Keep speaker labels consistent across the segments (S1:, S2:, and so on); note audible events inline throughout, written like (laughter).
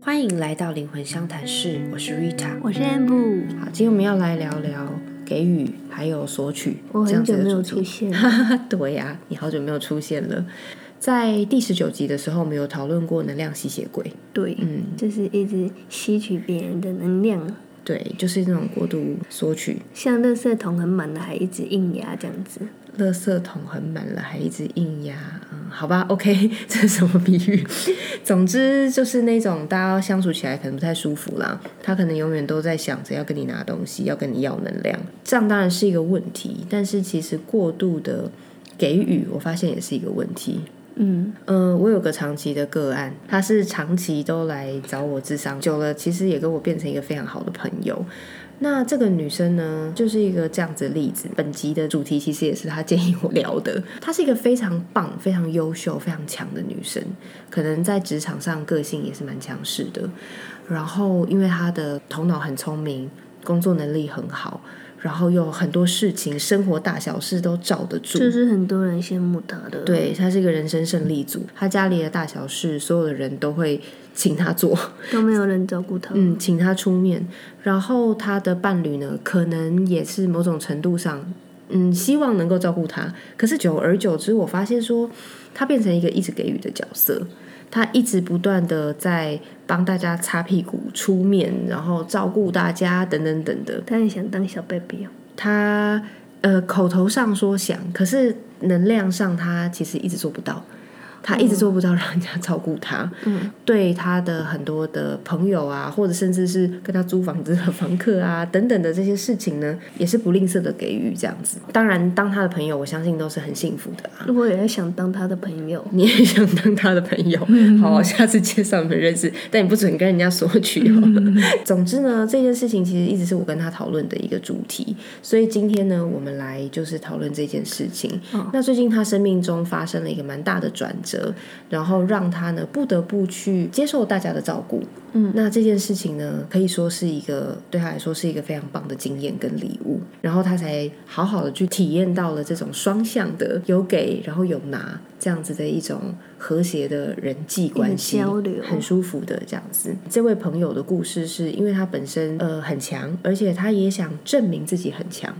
S1: 欢迎来到灵魂相谈室，我是 Rita。
S2: 我是 M，
S1: 好，今天我们要来聊聊给予还有索取
S2: 我
S1: 这样
S2: 很
S1: 子
S2: 久
S1: 的
S2: 没
S1: 主
S2: 有
S1: 题
S2: 出现了。
S1: 哈哈， (laughs) 对呀、你好久没有出现了。在第十九集的时候，我们有讨论过能量吸血鬼，
S2: 对，
S1: 嗯，
S2: 就是一直吸取别人的能量，
S1: 对，就是那种过度索取，
S2: 像垃圾桶很满的还一直硬压这样子。
S1: 垃圾桶很满了还一直硬压，嗯，好吧，OK，这 (laughs) 是什么比喻？ (laughs) 总之就是那种大家相处起来可能不太舒服啦，他可能永远都在想着要跟你拿东西，要跟你要能量，这样当然是一个问题，但是其实过度的给予，我发现也是一个问题。
S2: 嗯，
S1: 嗯，我有个长期的个案，他是长期都来找我智商，久了其实也跟我变成一个非常好的朋友。那这个女生呢，就是一个这样子的例子。本集的主题其实也是她建议我聊的。她是一个非常棒、非常优秀、非常强的女生，可能在职场上个性也是蛮强势的。然后，因为她的头脑很聪明，工作能力很好，然后又很多事情、生活大小事都罩得住，
S2: 就是很多人羡慕他的。，
S1: 对，他是一个人生胜利组，他家里的大小事，所有的人都会请他做， (laughs)
S2: 都没有人照顾他。
S1: 嗯，请他出面。然后他的伴侣呢，可能也是某种程度上，嗯，希望能够照顾他。可是久而久之，我发现说，他变成一个一直给予的角色，他一直不断的在帮大家擦屁股、出面，然后照顾大家，等等等的。
S2: 他很想当小 baby 哦。
S1: 他呃口头上说想，可是能量上他其实一直做不到，他一直做不到让人家照顾他。
S2: 嗯，
S1: 对他的很多的朋友啊，或者甚至是跟他租房子的房客啊等等的这些事情呢，也是不吝啬的给予这样子。当然，当他的朋友，我相信都是很幸福的啊。
S2: 我也想当他的朋
S1: (laughs)
S2: 友。
S1: 你也想当他的朋友，好，下次介绍你们认识，但你不准跟人家索取哦。总之呢，这件事情其实一直是我跟他讨论的一个主题，所以今天呢，我们来就是讨论这件事情。那最近他生命中发生了一个蛮大的转折，然后让他呢不得不去接受大家的照顾。嗯，那这件事情呢，可以说是一个对他来说是一个非常棒的经验跟礼物，然后他才好好的去体验到了这种双向的有给，然后有拿这样子的一种和谐的人际关系
S2: 交流
S1: 很舒服的这样子。这位朋友的故事是因为他本身呃很强，而且他也想证明自己很强，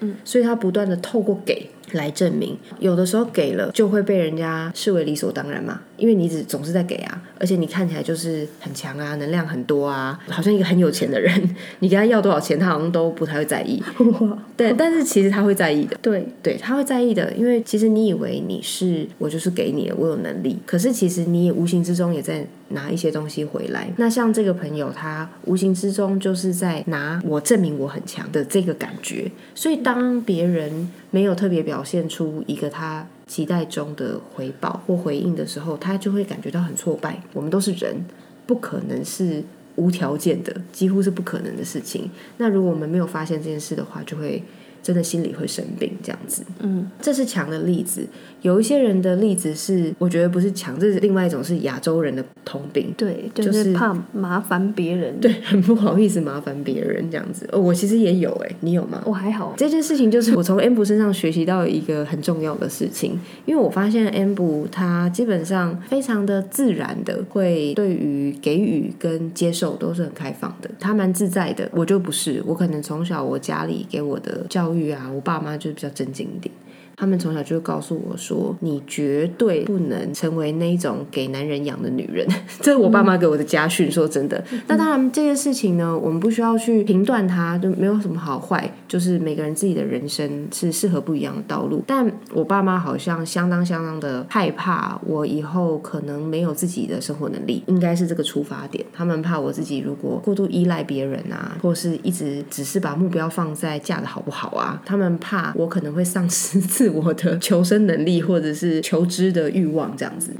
S1: 嗯，所以他不断的透过给来证明。有的时候给了就会被人家视为理所当然嘛，因为你只总是在给啊，而且你看起来就是很强啊，能量很多啊，好像一个很有钱的人，你跟他要多少钱，他好像都不太会在意。
S2: 哇，
S1: 对，但是其实他会在意的。
S2: 对，
S1: 对他会在意的，因为其实你以为你是我就是给你了，我有能力，可是其实你也无形之中也在拿一些东西回来。那像这个朋友，他无形之中就是在拿我证明我很强的这个感觉，所以当别人没有特别表现出一个他。期待中的回报或回应的时候，他就会感觉到很挫败。我们都是人，不可能是无条件的，几乎是不可能的事情。那如果我们没有发现这件事的话，就会真的心里会生病这样子。
S2: 嗯，
S1: 这是强的例子。有一些人的例子是，我觉得不是强，这是另外一种是亚洲人的通病。 (laughs)
S2: 对，就
S1: 就是
S2: 是怕麻烦别人。，
S1: 对，很不好意思麻烦别人这样子。哦，我其实也有哎、你有吗？
S2: 我还好。
S1: 这件事情就是我从 Amber 身上学习到一个很重要的事情，因为我发现 Amber 他基本上非常的自然的会对于给予跟接受都是很开放的，他蛮自在的。我就不是，我可能从小我家里给我的教育啊，我爸妈就是比较正经一点。他们从小就告诉我说，你绝对不能成为那一种给男人养的女人。 (laughs) 这是我爸妈给我的家训。说真的，那当然这件事情呢，我们不需要去评断它，就没有什么好坏，就是每个人自己的人生是适合不一样的道路。但我爸妈好像相当相当的害怕我以后可能没有自己的生活能力，应该是这个出发点。他们怕我自己如果过度依赖别人啊，或是一直只是把目标放在嫁的好不好啊，他们怕我可能会丧失 (laughs) 自我的求生能力或者是求知的欲望这样子。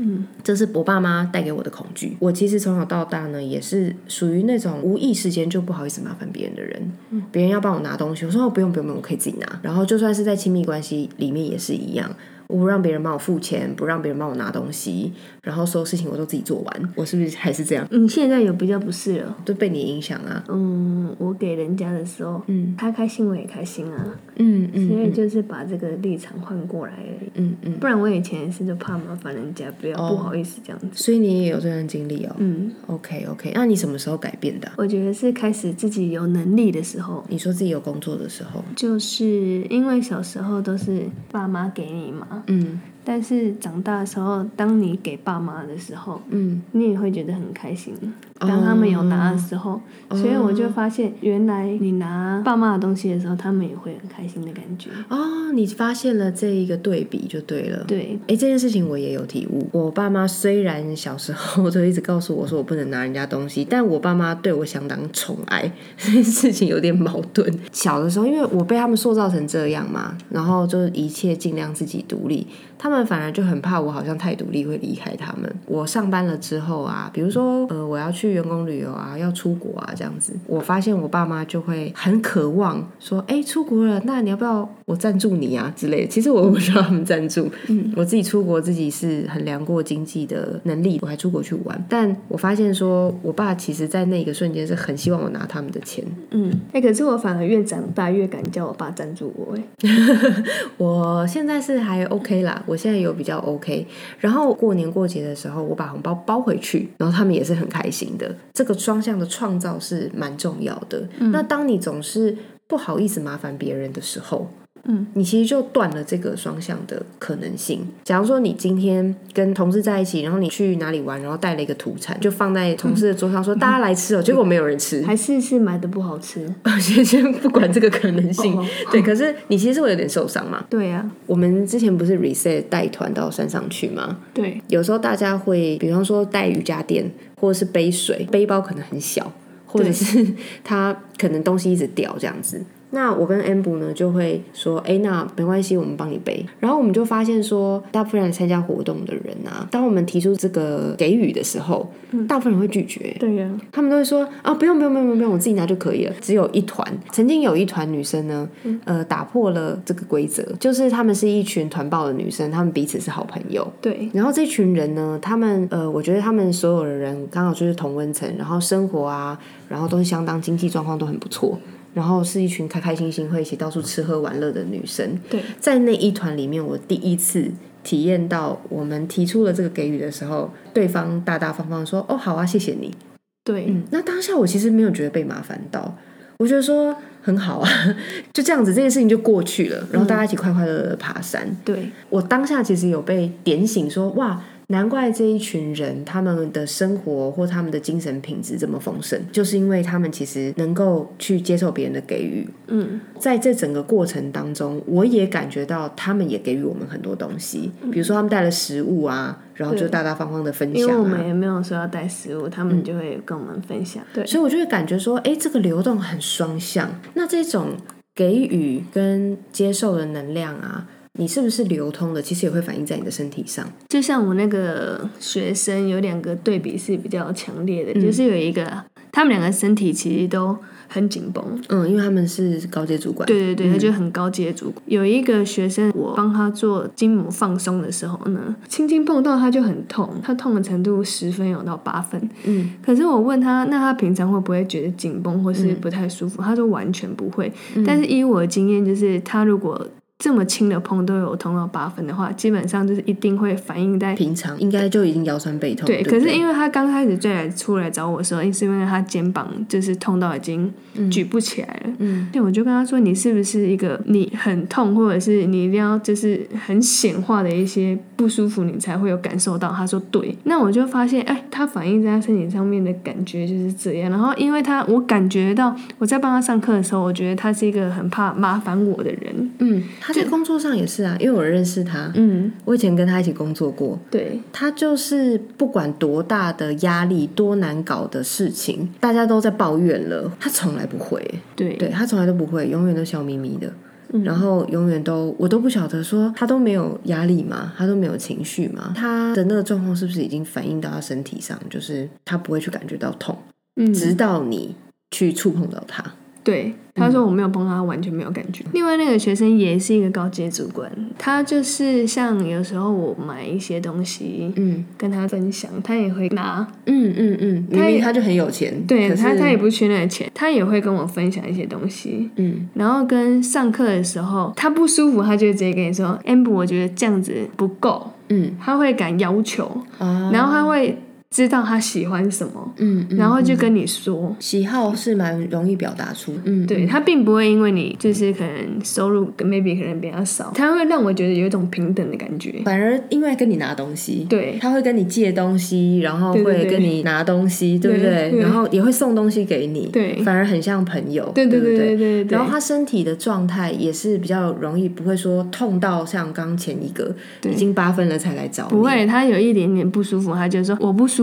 S1: 这是我爸妈带给我的恐惧。我其实从小到大呢，也是属于那种无意识间就不好意思麻烦别人的人。别人要帮我拿东西，我说、哦、不用不用不用，我可以自己拿。然后就算是在亲密关系里面也是一样。我不让别人帮我付钱，不让别人帮我拿东西，然后所有事情我都自己做完，我是不是还是这样？
S2: 你现在有比较不是了。
S1: 就被你影响啊？
S2: 嗯，我给人家的时候，
S1: 嗯
S2: 他开心我也开心啊，
S1: 嗯
S2: 所以
S1: 嗯
S2: 就是把这个立场换过来而已。
S1: 嗯嗯，
S2: 不然我以前也是就怕麻烦人家，不要、
S1: 哦
S2: 不好意思这样子。
S1: 所以你也有这段经历哦。
S2: 嗯，
S1: OK OK，那你什么时候改变的啊、
S2: 我觉得是开始自己有能力的时候，
S1: 你说自己有工作的时候，
S2: 就是因为小时候都是爸妈给你嘛，
S1: 嗯
S2: 但是长大的时候，当你给爸妈的时候，
S1: 嗯，
S2: 你也会觉得很开心。当他们有拿的时候，所以我就发现，原来你拿爸妈的东西的时候，他们也会很开心的感觉。
S1: 哦，你发现了这一个对比就对了。
S2: 对，
S1: 哎，这件事情我也有体悟。我爸妈虽然小时候 (laughs) 就一直告诉我说我不能拿人家东西，但我爸妈对我相当宠爱， (laughs) 这件事情有点矛盾。小的时候，因为我被他们塑造成这样嘛，然后就一切尽量自己独立，他们反而就很怕我好像太独立会离开他们。我上班了之后啊，比如说呃我要去员工旅游啊，要出国啊这样子，我发现我爸妈就会很渴望说，哎、出国了，那你要不要我赞助你啊之类的。其实我不需要他们赞助，我自己出国自己是衡量过经济的能力，我还出国去玩。但我发现说，我爸其实在那个瞬间是很希望我拿他们的钱。
S2: 嗯，哎、可是我反而越长大越敢叫我爸赞助我、哎，
S1: 我现在是还 OK 啦，我现在有比较 OK。然后过年过节的时候，我把红包包回去，然后他们也是很开心的。这个双向的创造是蛮重要的。
S2: 嗯
S1: 那当你总是不好意思麻烦别人的时候，
S2: 嗯，
S1: 你其实就断了这个双向的可能性。假如说你今天跟同事在一起，然后你去哪里玩，然后带了一个土产，就放在同事的桌
S2: 嗯
S1: 上说、大家来吃哦，结果没有人 (laughs) 吃，
S2: 还是是买的不好吃。
S1: 先先不管这个可能性
S2: 哦，
S1: 对。可是你其实会有点受伤嘛。
S2: 对啊呀、
S1: 我们之前不是 reset 带团到山上去吗？
S2: 对，
S1: 有时候大家会，比方说带瑜伽垫，或者是背水，背包可能很小，或者是他可能东西一直掉这样子。那我跟 Amber 呢就会说，哎、那没关系，我们帮你背。然后我们就发现说，大部分人参加活动的人啊，当我们提出这个给予的时候，大部分人会拒绝。
S2: 对呀、
S1: 他们都会说啊，不用不用不用不用，我自己拿就可以了。只有一团，曾经有一团女生呢，呃，打破了这个规则，就是她们是一群团报的女生，她们彼此是好朋友。
S2: 对，
S1: 然后这群人呢，他们呃，我觉得他们所有的人刚好就是同温层，然后生活啊，然后都是相当经济状况都很不错，然后是一群开开心心会一起到处吃喝玩乐的女生。
S2: 对，
S1: 在那一团里面，我第一次体验到我们提出了这个给予的时候，对方大大方方说：“哦，好啊，谢谢你。”
S2: 对，
S1: 嗯，那当下我其实没有觉得被麻烦到，我觉得说很好啊， (laughs) 就这样子，这件事情就过去了，然后大家一起快快乐乐的爬山。
S2: 对，
S1: 我当下其实有被点醒说，哇。难怪这一群人，他们的生活或他们的精神品质这么丰盛，就是因为他们其实能够去接受别人的给予。
S2: 嗯，
S1: 在这整个过程当中，我也感觉到他们也给予我们很多东西，比如说他们带了食物啊，然后就
S2: 对
S1: 大大方方的分
S2: 因
S1: 享、
S2: 为
S1: 啊。
S2: 我们也没有说要带食物，他们就会跟我们分享。嗯对，
S1: 所以我就会感觉说，哎，这个流动很双向。那这种给予跟接受的能量啊，你是不是流通的，其实也会反映在你的身体上。
S2: 就像我那个学生有两个对比是比较强烈的，就是有一个他们两个身体其实都很紧绷，嗯
S1: 嗯，因为他们是高阶主管，
S2: 对对对，他就很高阶的主管。有一个学生，我帮他做筋膜放松的时候呢，轻轻碰到他就很痛，他痛的程度十分有到八分。
S1: 嗯，
S2: 可是我问他，那他平常会不会觉得紧绷或是不太舒服？他说完全不会。但是依我的经验，就是他如果这么轻的碰都有痛到八分的话，基本上就是一定会反映在。
S1: 平常应该就已经腰酸背痛。对
S2: 哦对，
S1: 不
S2: 可
S1: 对，
S2: 是因为他刚开始最来出来找我的时候，是因为他肩膀就是痛到已经举不起来了，
S1: 嗯
S2: 对，我就跟他说，你是不是一个你很痛，或者是你一定要就是很显化的一些不舒服，你才会有感受到？他说对。那我就发现，哎，他反映在他身体上面的感觉就是这样。然后，因为他，我感觉到我在帮他上课的时候，我觉得他是一个很怕麻烦我的人。
S1: 嗯，他在工作上也是啊，因为我认识他，
S2: 嗯，
S1: 我以前跟他一起工作过，
S2: 对，
S1: 他就是不管多大的压力、多难搞的事情，大家都在抱怨了，他从来不会。
S2: 对，
S1: 对他从来都不会，永远都笑眯眯的，然后永远都我都不晓得说他都没有压力嘛，他都没有情绪嘛，他的那个状况是不是已经反映到他身体上，就是他不会去感觉到痛，
S2: 嗯，
S1: 直到你去触碰到他。
S2: 对，他说我没有碰到他，完全没有感觉。另外那个学生也是一个高阶主管，他就是像有时候我买一些东西
S1: 嗯
S2: 跟他分享，他也会拿，
S1: 嗯嗯嗯，明明他就很有钱，
S2: 对
S1: 可是
S2: 他他也不缺那个钱，他也会跟我分享一些东西。
S1: 嗯
S2: 然后跟上课的时候，他不舒服，他就会直接跟你说：“Amber，我觉得这样子不够。”
S1: 嗯
S2: 他会敢要求，
S1: 啊
S2: 然后他会知道他喜欢什么，
S1: 嗯嗯，
S2: 然后就跟你说。
S1: 喜好是蛮容易表达出，嗯
S2: 对他并不会因为你就是可能收入 maybe 可能比较少，他会让我觉得有一种平等的感觉。
S1: 反而因为跟你拿东西， (laughs)
S2: 对
S1: 他会跟你借东西，然后
S2: 对对
S1: 会
S2: 对
S1: 跟你拿东西，对不
S2: 对
S1: 对？
S2: 对
S1: 然后也会送东西给你，
S2: 对
S1: 反而很像朋友，
S2: 对
S1: 对
S2: 对
S1: 不
S2: 对对对对
S1: 然后他身体的状态也是比较容易，不会说痛到像刚前一个已经八分了才来找你，
S2: 不，会，他有一点点不舒服，他就说我不舒服了。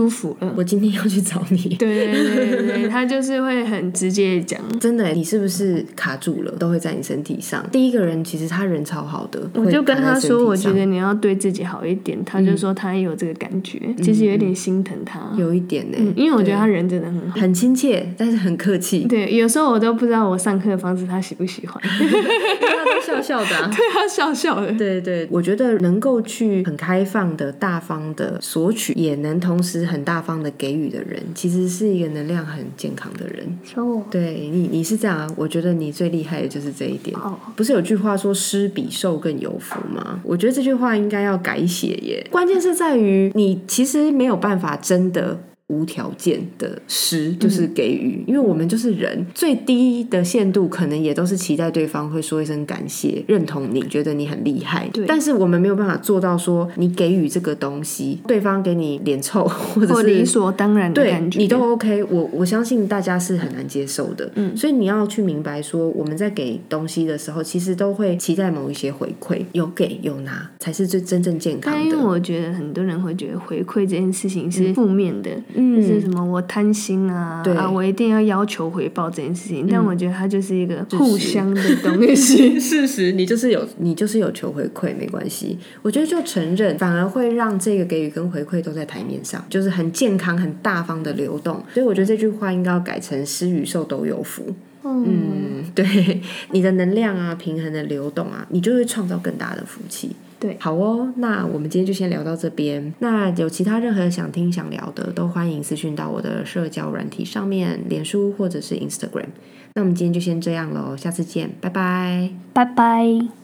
S1: 我今天要去找你。 (laughs)
S2: 对对对对对，他就是会很直接地讲。
S1: 真的耶，你是不是卡住了？都会在你身体上。第一个人其实他人超好的，
S2: 我就跟他说，我觉
S1: 得
S2: 得你要对自己好一点。他就说他也有这个感觉，其实有一点心疼他，
S1: 嗯有一点呢、欸
S2: 嗯因为我觉得他人真的很好。
S1: 很亲切，但是很客气，
S2: 对，有时候我都不知道我上课的方式他喜不喜欢， (laughs)
S1: 他都笑笑的、啊。
S2: 对他笑笑的。
S1: 对对，我觉得能够去很开放的、大方的索取，也能同时很大方的给予的人，其实是一个能量很健康的人。
S2: 说我
S1: 对你，你是这样啊？我觉得你最厉害的就是这一点。
S2: 哦，
S1: 不是有句话说“施比受更有福”吗？我觉得这句话应该要改写耶。关键是在于你其实没有办法真的。无条件的施就是给
S2: 嗯
S1: 予，因为我们就是人，最低的限度可能也都是期待对方会说一声感谢，认同你，觉得你很厉害。
S2: 对
S1: 但是我们没有办法做到说你给予这个东西，对方给你脸臭，或者
S2: 或
S1: 是
S2: 理所当然的
S1: 对
S2: 感觉，
S1: 你都 OK，我我相信大家是很难接受的，嗯，所以你要去明白说，我们在给东西的时候，其实都会期待某一些回馈，有给有拿才是最真正健康
S2: 但因为
S1: 的。
S2: 我觉得很多人会觉得回馈这件事情是负面的，就是
S1: 嗯，
S2: 什么我贪心啊
S1: 对，嗯
S2: 啊我一定要要求回报这件事情。但我觉得它就是一个
S1: 是
S2: 互相的东
S1: (laughs)
S2: 西。
S1: 事实，你 (laughs) 就是有你就是有求回馈，没关系。我觉得就承认，反而会让这个给予跟回馈都在台面上，就是很健康、很大方的流动。所以我觉得这句话应该要改成“施与受都有福”。
S2: 嗯，
S1: 嗯，对， (laughs) 你的能量啊，平衡的流动啊，你就会创造更大的福气。
S2: 对，
S1: 好哦，那我们今天就先聊到这边。那有其他任何想听想聊的，都欢迎私讯到我的社交软体上面，脸书或者是 Instagram。那我们今天就先这样喽，下次见，拜拜。
S2: 拜拜。